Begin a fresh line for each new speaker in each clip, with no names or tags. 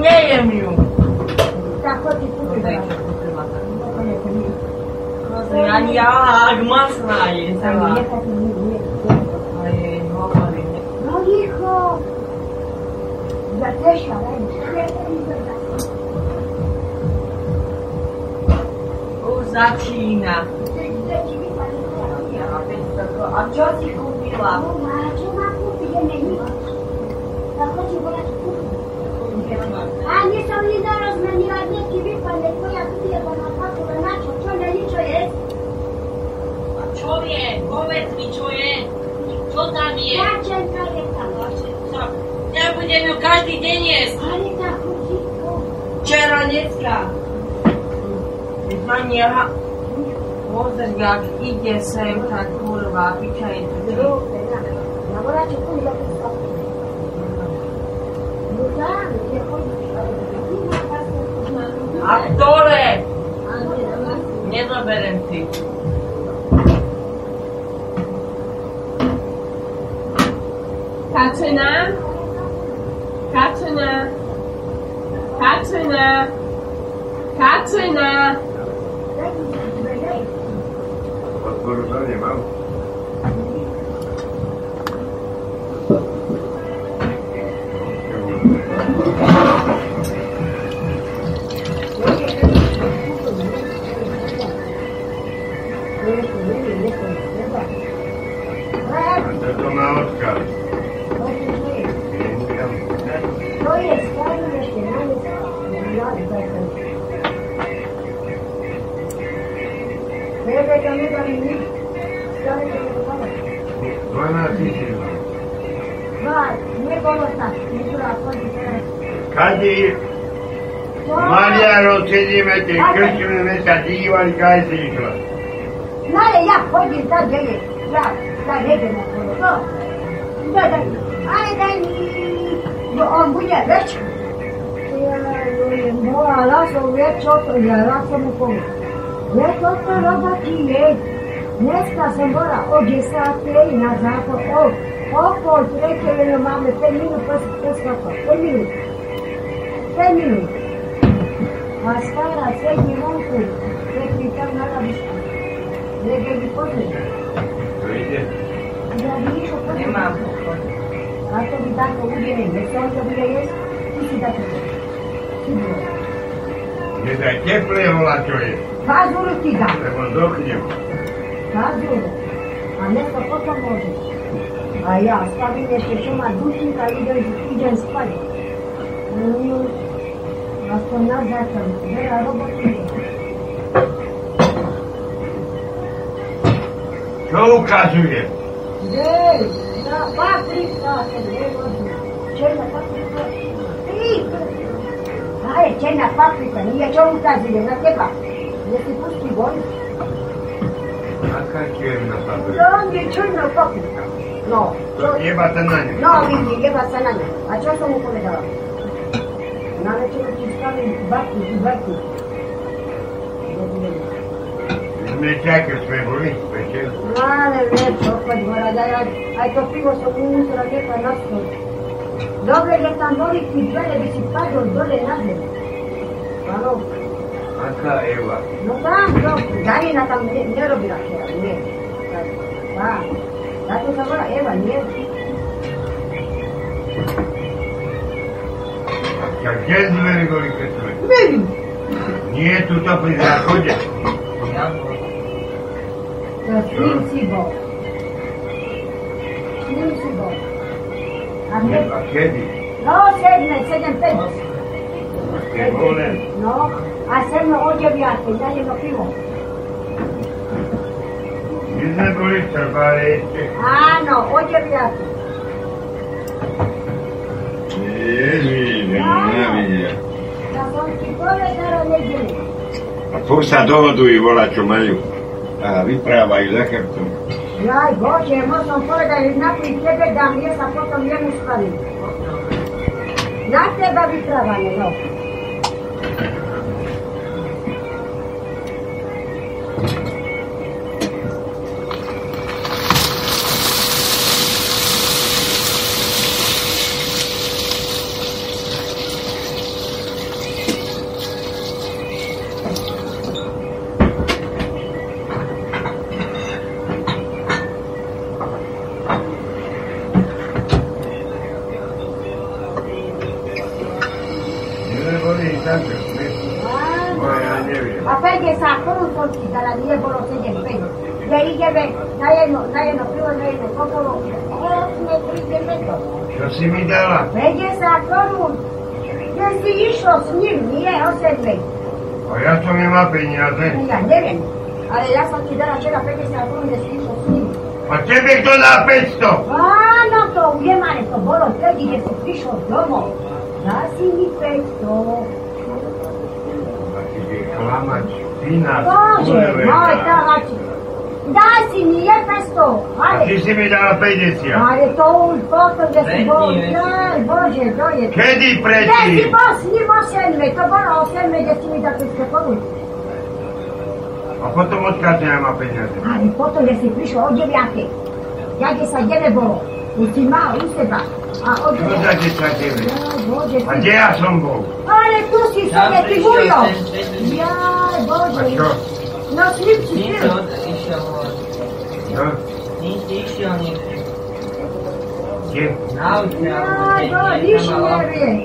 Nie jem już.
Tak, chodź i
Tutaj
pójdź.
się pokrywa tak.
Nie,
Ja, jak masna jest.
nie,
cała.
nie,
Ale jej głowa nie.
No licho! Ja też szaleńczę.
U, Zacina.
Ja
Ja, więc to- A co ci kupiła?
A nie są niedorodne, nieładniaki, wie pan, jak moja kupiła, bo na papu na co, co na liczo jest?
Człowiek, powiedz mi człowiek, co tam jest?
Raczynka jest tam.
Co? Ja będziemy każdy dzień jest.
Ale ta chudziko,
Czeroniecka. Pani Jacha. Wozesz jak idzie sem, tak kurwa, piczaj.
zdrowe, tak. No bo raczej pójdę do wysokiej. No tak, nie chodzi, ale nie ma pasów.
A które?
Ale nie ma pasów.
Nie zaberę ty.
Kaczyna? Kaczyna? Kaczyna? Kaczyna?
Odporządzenie mam. A to to na odkaz.
To jest stary naświetlany
Dwana tysięcy. Kazi Marija Rosinime te krčime mesa divan kaj se išla.
No ale ja chodzę za dzieje, ja za dzieje na polu, no. No daj, ale daj mi, bo on będzie leć. No a lasu wie co to ja lasu mu powiem. Wie co to robaki jest. Dneska sam bora o 10 na zapad, o, o pol treće, jer mamy 5 minut, pa se preskakao, 5 minut. 5 minut. A stara srednji momku, tek mi tam narabiška. Nego bi poželjno.
To ide.
Ja bi išao
Nie
poželjno.
mam pokoju.
A to bi tako ubjene, jer se onda bude jest, ti si tako.
Ne da je teple vola čovjek.
Pa zuru ti ga.
Prema zoknjemu.
Razumno. A nešto potom može. A ja stavim ještě šuma dušnika i idem, idem spati. Mm, Aspoň na zákon. Vera roboty.
Čo ukazuje?
Dej, na paprika se nevodi. Černa paprika. Ti! Ale černa paprika, nije čo ukazuje na teba. Jesi pusti boli?
Kakav je na
No,
papiru?
on je černa paprika. No, čo-
Jebate na nju.
No, vidi, jeba se na nje. A čo sam mu povedala? Na večer ti stavim baku i baku.
Ne čekaj sve boli, sve će.
Male lepo, opet mora da ja... Aj to pivo sam unutra lijepa nasto. Dobre je tam doli ti dole, bi si padao dole na zemlju. Ano,
Aka Eva.
no tam, no, Danina tam ne, ne robila hera, ne. Pa, zato sam mora, Eva, nije.
Ja gdje zveri goli kad sve?
Ne vidim.
Nije tu topli zahodje.
Ja
Ja, Princibo. Princibo. A ne,
Jeba kedi.
no sedme, sedem, pet.
Te volen.
No, a sedme odjavljate, ja jedno pivo.
Izne boli srbare.
Ano, odjavljate.
Ježi, nenavidje.
Da sam ti povedala neđe.
A tu sad odu i volaću malju. A viprava i zahrtu.
Jaj Bože, možem povedali naprijed tebe da mi jesa potom jednu stavim. Na teba bi pravane, no.
necesitar que comer. Por allá
Ah,
debe.
Papel de sacó con taladilla por los seis pesos. Y ahí llevé, nadie nos, nadie nos pidió, nadie nos compró. Eh, me triste
Što si mi dala?
Będzie za komu. Jesteś išlo s njim, nije osedlej.
Pa ja sam ima penjaze.
Ja ne vem, ali ja sam ti dala čega 50 kuna da si išlo s njim.
Pa tebe kto da 500?
Ano to ujemane to bolo vtedy, keď som prišiel domov. Dal si mi 500.
Pa ti je klamač, pinac,
Bože, moj
kuleveta.
talači. Daj si mi je 500,
A ti
ale...
si mi dala 50.
Ale to už potom, kde si
Veci,
bol,
veci.
jaj, bože, to je...
Kedy
Kde si
prečí?
bol s ním 8, to bolo 8, kde si mi dal 500 korun.
A potom odkiaľ ja mám peniaze?
Ali potom je si prišao od devijate. Ja gdje sam djeve bolo. I ti malo u seba. A od
Čo za 10 eur?
Ja, Bože,
No A
ti...
kde ja som bol?
Ale tu si se
Ja
ne ti
prišao
gujo.
ten bedni.
Ja,
A
Bože.
čo?
No, slim si
Nisi
slim.
od- išao od-
No,
nisi išao nigdje.
kde?
Na ulici,
Ja, no,
ali ne,
Bože,
nije
više
tamo lako.
vjeruje.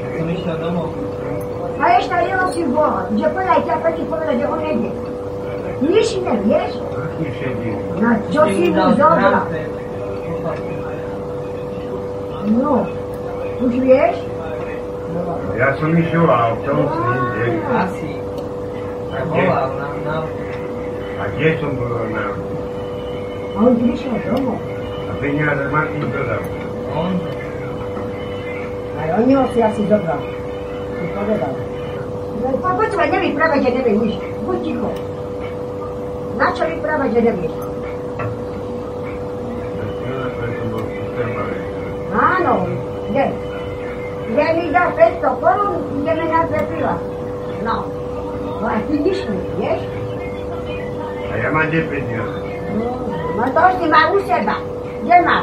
Kad sam išao domov,
A je šta jelo si bola. Gdje podaj ti, a pa ti povedaj gdje on negdje. Niši ne vješ.
Vrchný šedí.
Na, čo
sam
si
im
mu
dao
dobra.
trampe.
No, už vješ?
Ja som išiel autom s ním, kde?
Asi.
A kde?
Volao nam na ulici.
A kde som bol na
A on ti išao domov.
A peniaze Martin dodal.
On
Ali on njima se ja si dobrao. I pogledao. Pa počuvaj, ne bi pravađe, ne bi ništa. Budь tiho. Načali pravađe, ne bi ništa. Ano, ne. Ja mi da 500 korun, gdje me natrepila. No. Pa ti ništa, ješ?
A ja mám kde peniaze?
Ma No, to si ma u seba. Gdje ma?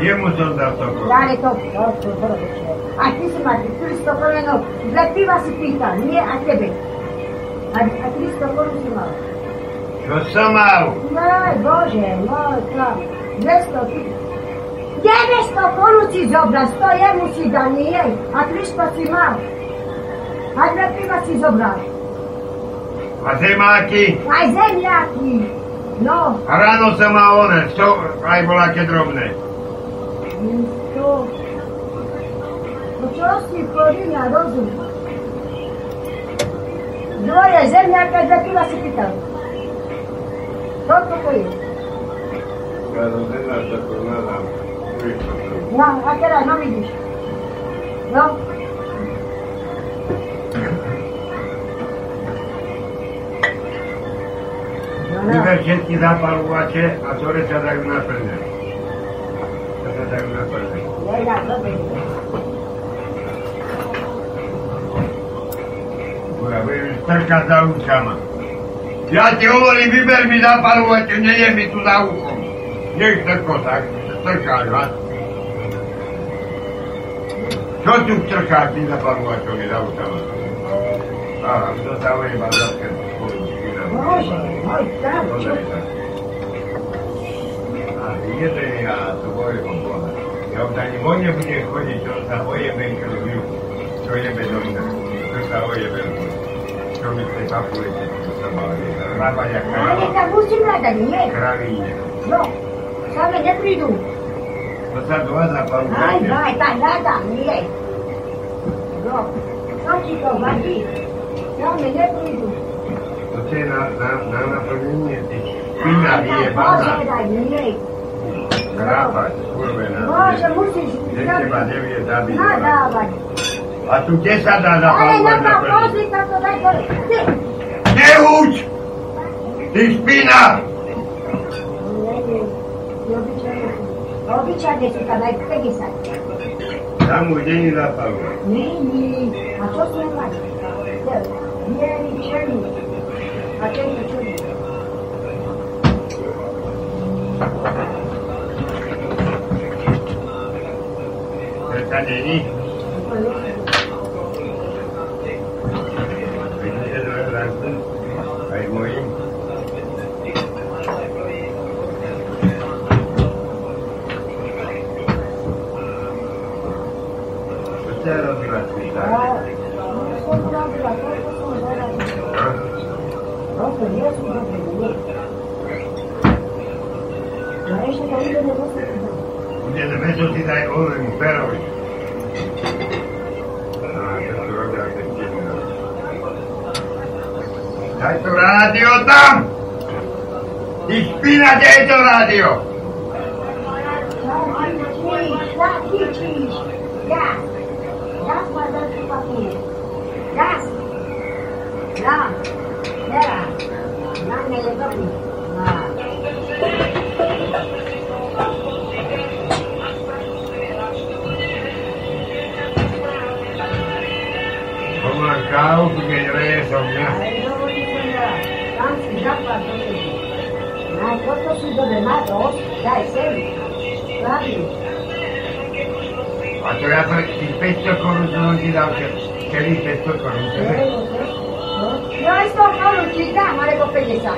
Kde mu som dal to kolo?
Da li to? To su vrlo čuje. A ti si ma 300 koreno, za piva si pitao, nije a tebe. A, a 300 korun si imao.
Čo som mal?
Moj Bože, moj slav, 200 ti... 900 poruci zobra, 100 jemu si da nije, a 300 si mal. A dve piva si zobral.
A zemáky?
Aj zemljaki. No,
A ráno som mal one, to aj bola aké drobné.
hm, to... Počeo si korina, rozum. Dvoje zemljaka, dve piva si pitao. Toliko koji je.
Ja som zemá to kolo nadal.
No, a teraz no vidiš. No. No, no.
Vyber všetky zapalovače a ktoré sa dajú na plné. Ktoré sa dajú na plné.
Lejla, dobre.
Moja budem strkať za rukama. Ja ti hovorím, vyber mi zapalovače, nie je mi tu za uchom. Nech strko tak, strkáš, ha? Čo tu strkáš, ty zapalovačovi za rukama? Á, to sa ujeba za skrbu.
Bože, môj tam, čo?
A jeden ja to bojím Boha. Ja už ani vo nebudem chodiť, čo sa ojebe krviu. Čo jebe do mňa. Čo sa ojebe do mňa. Čo mi ste papulete, čo sa baví. Rába ja
Ale
kráva.
tam musím hľadať, nie?
Kravíne.
No, same neprídu.
To sa dva
Aj,
zapalúvate.
aj, tam hľadám, nie? No, čo ti to vadí? Same neprídu.
To ste na, na, na naplnenie tých
Aj,
pinavý je
tam
bana.
požiadaj, nie?
Kráva, skurvená.
Bože, musíš...
Kde teba nevie zabiť.
Nadávať.
A tu kde sa dá
Ale
zapalúvať
na tá
naplniť?
pozrieť, to daj dole. Ty!
Neuč! Ty špina!
Običajne su kada je 50.
Tam už není zapalu.
Ne, ne. A što su imali? Bijeli črni. A čemu črni?
Prečo není? Vidíte dve branky? Aj moji? Čo cero de la ciudad.
Ah, no estoy hablando de la cosa, son dólares. No, pero yo soy un ingeniero. La hecha también de negocio.
Ugye, de mezzotidai olim felül. Tajto rádió tam! Ich bin a Tajto rádió!
Not cheese, not cheese. Gas. That's what those people say. Gas. Gas. Yeah. Not negative. Ah.
Como a cabo, porque yo le he soñado.
Ahí no voy a decir nada. Nancy, ya pasó eso. No, yo no soy de matos. Ya es él. Claro.
Ah, A tu rato, il pezzo corrotto non ti dà, che che lì il pezzo corrotto. eh?
No, esto no lo chica, madre con pellizca.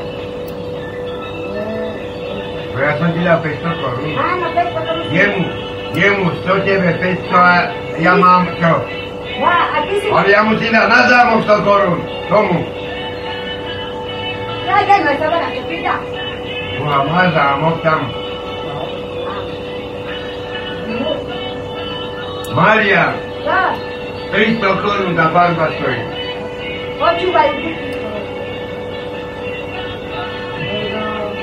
Però non ti dà il pezzo corrotto.
Ah, no, pero esto no lo
Jemu, jemu, sto tebe pezzo, a ja mám to.
Va, aquí sí.
Ale ja mu ti dá na zámok 100 korún. Tomu.
Ya, ya no estaba la chiquita.
Boha má zámok tam. Maria,
Va,
300 korún za barba stojí.
ocho bailes.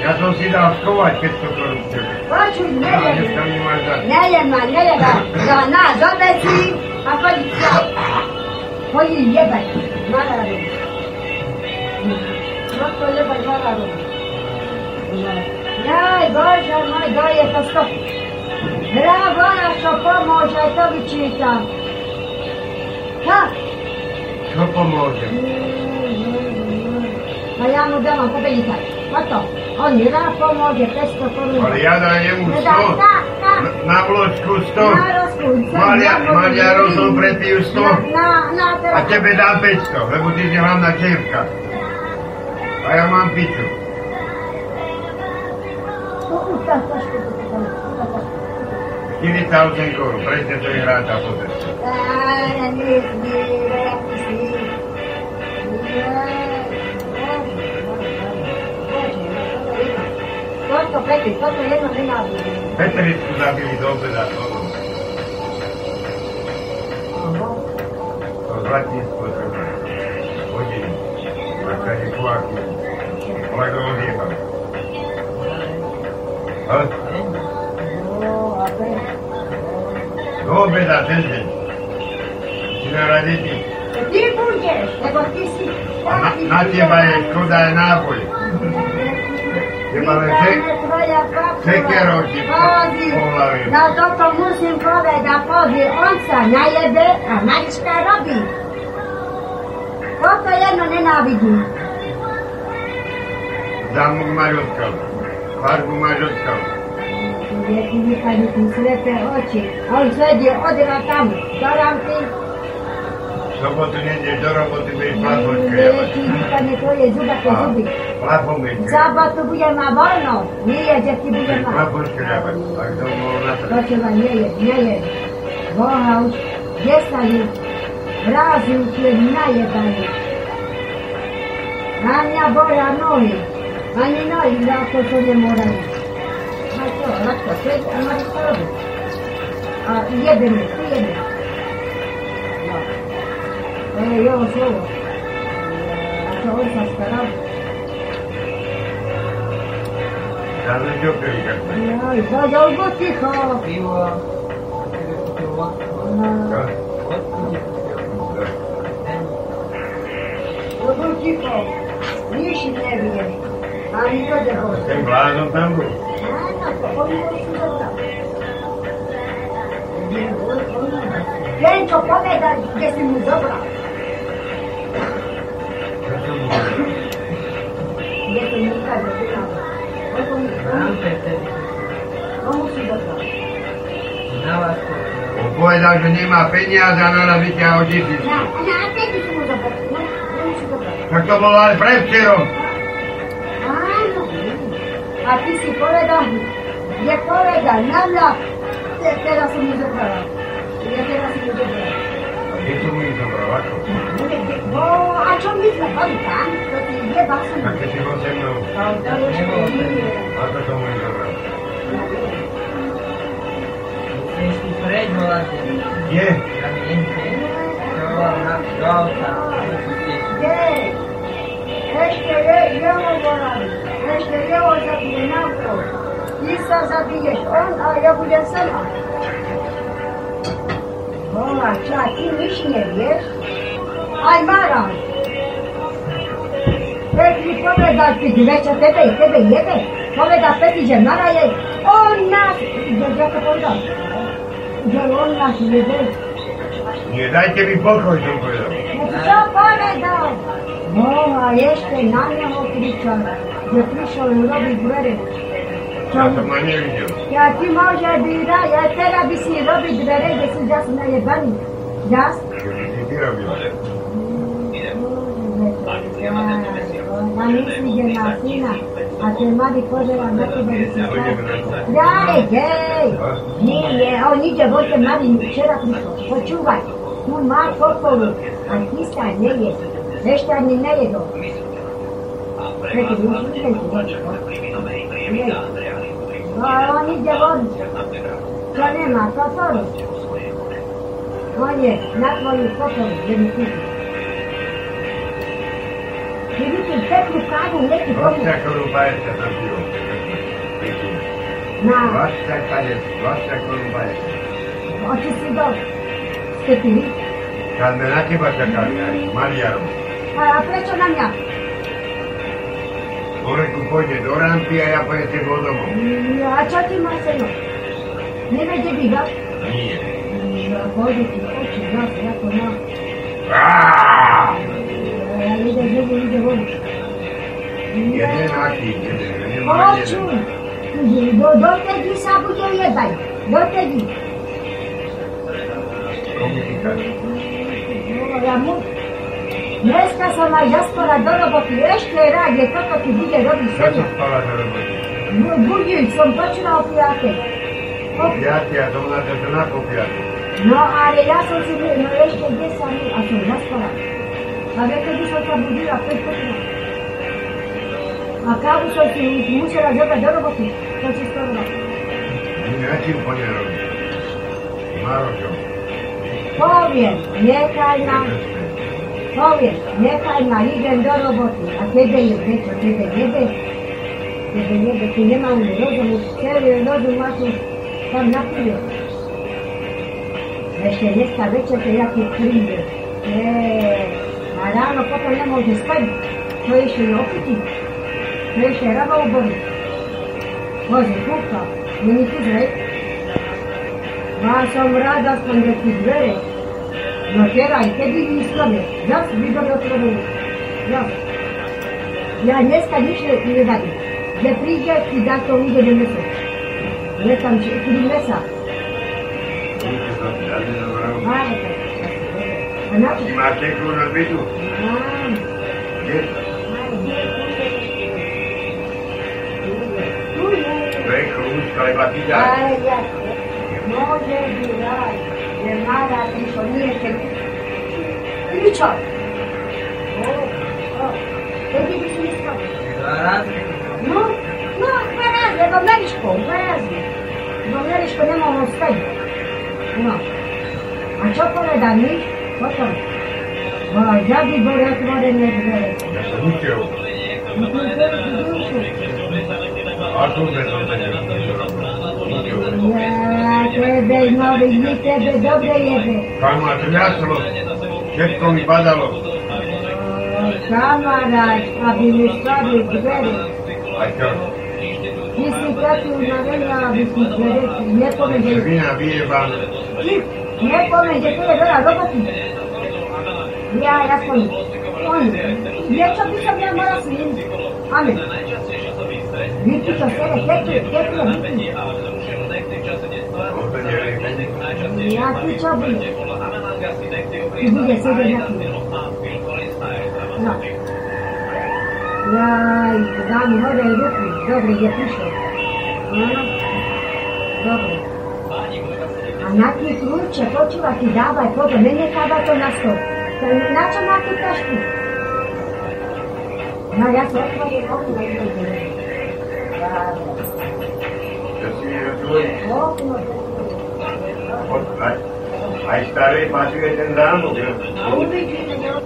Ja som si dal schovať 500 korún z tebe.
Ocho y
A dneska
medio.
mi máš dať.
Nele ma, nele ma. No, no, dobre si. A pellizca. Oye, lleva. Mala de. No, no lleva mala de. Jaj, Boże mój, daję to stop. Brawo, nasza pomoc, a to wyczytam. Tak.
Čo pomôže?
No ja mu dałam po wynikach. Oto, on nie raz pomoże, też to
Ale
porównuje.
ja dám jemu 100.
Tak, tak, tak.
Na- Na vločku 100.
Na rozkółce.
Maria- Maria rozum prepił sto.
Na, na,
A
teraz.
tebe dám 500, lebo ty si hlavná čerka. A ja mám piču.
Tu, u, tam, tam, tam, tam, tam.
4000 korún, prejte to hráta po ceste.
Eh, Quanto preto, quanto lei non è nato.
Petričku zabili do obeda korún. To zlatý spôsobom. Hodiny. Na kade kuáku. Lego odjebal. A
Oh, a ver.
do obeda ten deň. Si na raditi.
Ti burger, e cortissimi.
A na, na teba je škoda je náboj. Teba len že... Sekerov ti po- po hlavi.
Na toto musím povedať, pohy, on sa najebe a malička robí. Toto jedno nenávidím.
Dám mu mažotkal. Farbu mažotkal.
Deti vypadli tým slepé oči. On sedie od tam, do rampy.
V sobotu nedeš do roboty, budeš plafon škriavať.
Deti vypadli tvoje zuba po
A
zuby.
plafon budeš
V
škriavať.
sobotu budem mať voľno. Nie je, že ti budem
Budeš
mať.
plafon škriavať. Tak to bolo na to.
Počúva, nie je, nie je. Boha už, kde sa ju vrazil, tie najebajú. Na mňa boja nohy. Ani nohy, ľahko to nemorajú. A čo, matko, čo je to, máš to robiť? A jebe mi, tu jebe. No. E, To je jeho slovo. E, A to on sa staral.
Dáme ďokej každé.
Joj, to dolgo ticho.
Pivo, eh, vodka,
No,
Tak. Tak.
dolgo ticho. Nič ne vije. Ani to ne hoče.
Ten blázon tam bol.
Lenko, povedať, kde si mu zobral.
Čo som hovoril?
Kde to nikad nezobral. Koľko mu komu-
rampe, te,
komu si zobral?
navazku,
On povedal, že nemá peniaze a naraz vyťahol tisíc.
Na, na, vtedy si mu zobral. No, komu si zobral?
Tak to bolo ale prevčerom.
Áno. A ty si povedal, je povedal, na mňa. Te- Teraz som mu zobrala. Ja teraz som mu zobrala.
es un mismo trabajo.
Bo a ciągniku chodka, to ty dwie
¿Para
basy.
qué sigo haciendo
哎
哎
otro como el trabajo?
Es diferente, ¿no? La
Bien,
gente, yo una flauta,
Gdzie? Jeszcze je, jemu bolami. Jeszcze jemu zabije na to. Lisa zabijesz on, a ja będę sama. Bola, cza, ty już nie wiesz? Aj, Mara! Petri, powiedz, a ty glecia tebe i tebe jebe. Powiedz, a Petri, że Mara jej, on nas... Dobrze, jak to powiedział? Że on nas jebe.
ni dajcie mi poco y yo puedo.
Co powiedział? No, a jeszcze na niego krzyczał, że przyszedł robić dwery.
La tamaña y yo.
Ja ci może bira, ja teraz by si robić dwery, że si jas najebani. Jas?
Que me hicieron bien.
Na nic idzie Martina, a ty mali pożera na to będzie się Daj, gej! Nie, nie, on idzie, bo te mali wczoraj przyszedł. Poczuwaj, tu ma pokoju, a kista nie jest. Reszta nie najedą. Przecież już nie będzie. No ale on idzie wody. To nie ma, to toru. Konie, na twoim pokoju, żeby kupić. Kiedy ty pekli kadu, leki
Wasza
powiem.
korupa jest na
Na,
Wasza koniec, wasza korupa jest.
oczy si do. Sklepili.
Kalmenaki wasza kalmia, Mariaru.
A prečo na mňa?
Orek upojdzie do rampi, a ja pojedę do domu.
No, a čo ty máš seno? Nevede by vás?
Nie.
No, Bože, ti oči nás, ako nás.
Aaaa!
Ja ide, ide, ide vody.
Jeden aki, jeden, nie ma
Oču!
jeden.
Do, dotedy sa bude jebať. Dotedy.
Komunikacja.
Ja mu... Dneska sa ma jaskora do roboty ešte raz, je toto ti bude robiť
Co
seno.
tu spala do roboty?
Bu- Budík som počula o piatej. O
Kopiacja, to ona też na kopiacji.
No ale ja som si no ešte 10 minút a som zaspala. A vie, kedy som sa budila, 5 hodina. A kávu som si musela zobrať do roboty. To si spravila.
Inaczej upojdzie robi. Maro się.
Poviem, nechaj ma, poviem, nechaj ma, idem do roboty. A tebe je prečo, tebe jebe. Tebe jebe, ty nemám rozumu, celý rozum máš už tam napríklad. Ešte dneska večer to jaký príde. Eee, a ráno potom nemôže spať. To ešte je opitý. To ešte raba uborí. Bože, kúka, není tu zrej. Má som rád aspoň do tých dvere. No teraz, kedy mi slove, zas by dobre otvorili. Zas. Ja dneska nič ne- nevadí. Že príde, ti dá to ide do mesa. Je tam či- kedy mesa. Má je to. A na to?
I macie kurwa bytu?
Mám.
Jest.
Tu je.
Wejko, łóżka, lewa pida.
Ale ja Może wyraj, że Mara piszonuje się. Liczą. O, o. Wtedy byś nie skończył. No, no, dwa razy, do Maryśką, dwa razy. Do Maryśką nie mogą wstać. No. A co polega mi? Po co? Bo zabi go jak wodę nie zbierę.
Zasadnicie ją.
No to
A tu będą będzie robić.
Ja tebe nowy, nie tebe dobre jedy.
Pan ma tu jasno. Ciepło mi padało.
Kamarać, aby mi stawił drzwi.
A co?
Jeśli takie umawiania, aby ci drzwi, nie powiedzieli.
Wina bije pan.
Nie powiem, że tyle dobra roboty. Ja, ja powiem. On, ja co by sobie moja syn. Amen. Wiecie, to sobie ciepły, ciepły, wiecie.
On będzie lepiej.
Ja ty co by. I będzie sobie na tym. No. Ja i dam wodę i ruchy. Dobry, nie piszę. No, no. Dobry.
Pani
A naki kruče, to ću vam ti davaj, Boga, ne nekada to na stol. To je inače naki teški. No, ja se otvorim okno i vidim. Okno.
Ahí está el espacio que tendrán, porque
Okno,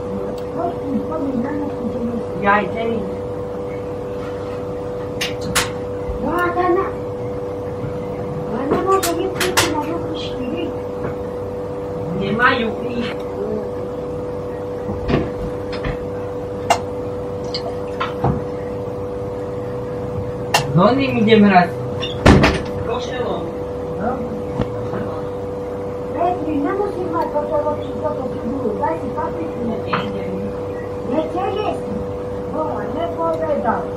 okno, danas ću donositi.
Ja i tebi.
Да, да, да. Она может не прийти на руку шли.
Nie mają ich.
Zonim idem No, hrať.
Proszę o.
Петри, не называй потолок, что покидую. Дай и папе мне. Не целись. О, не поведал.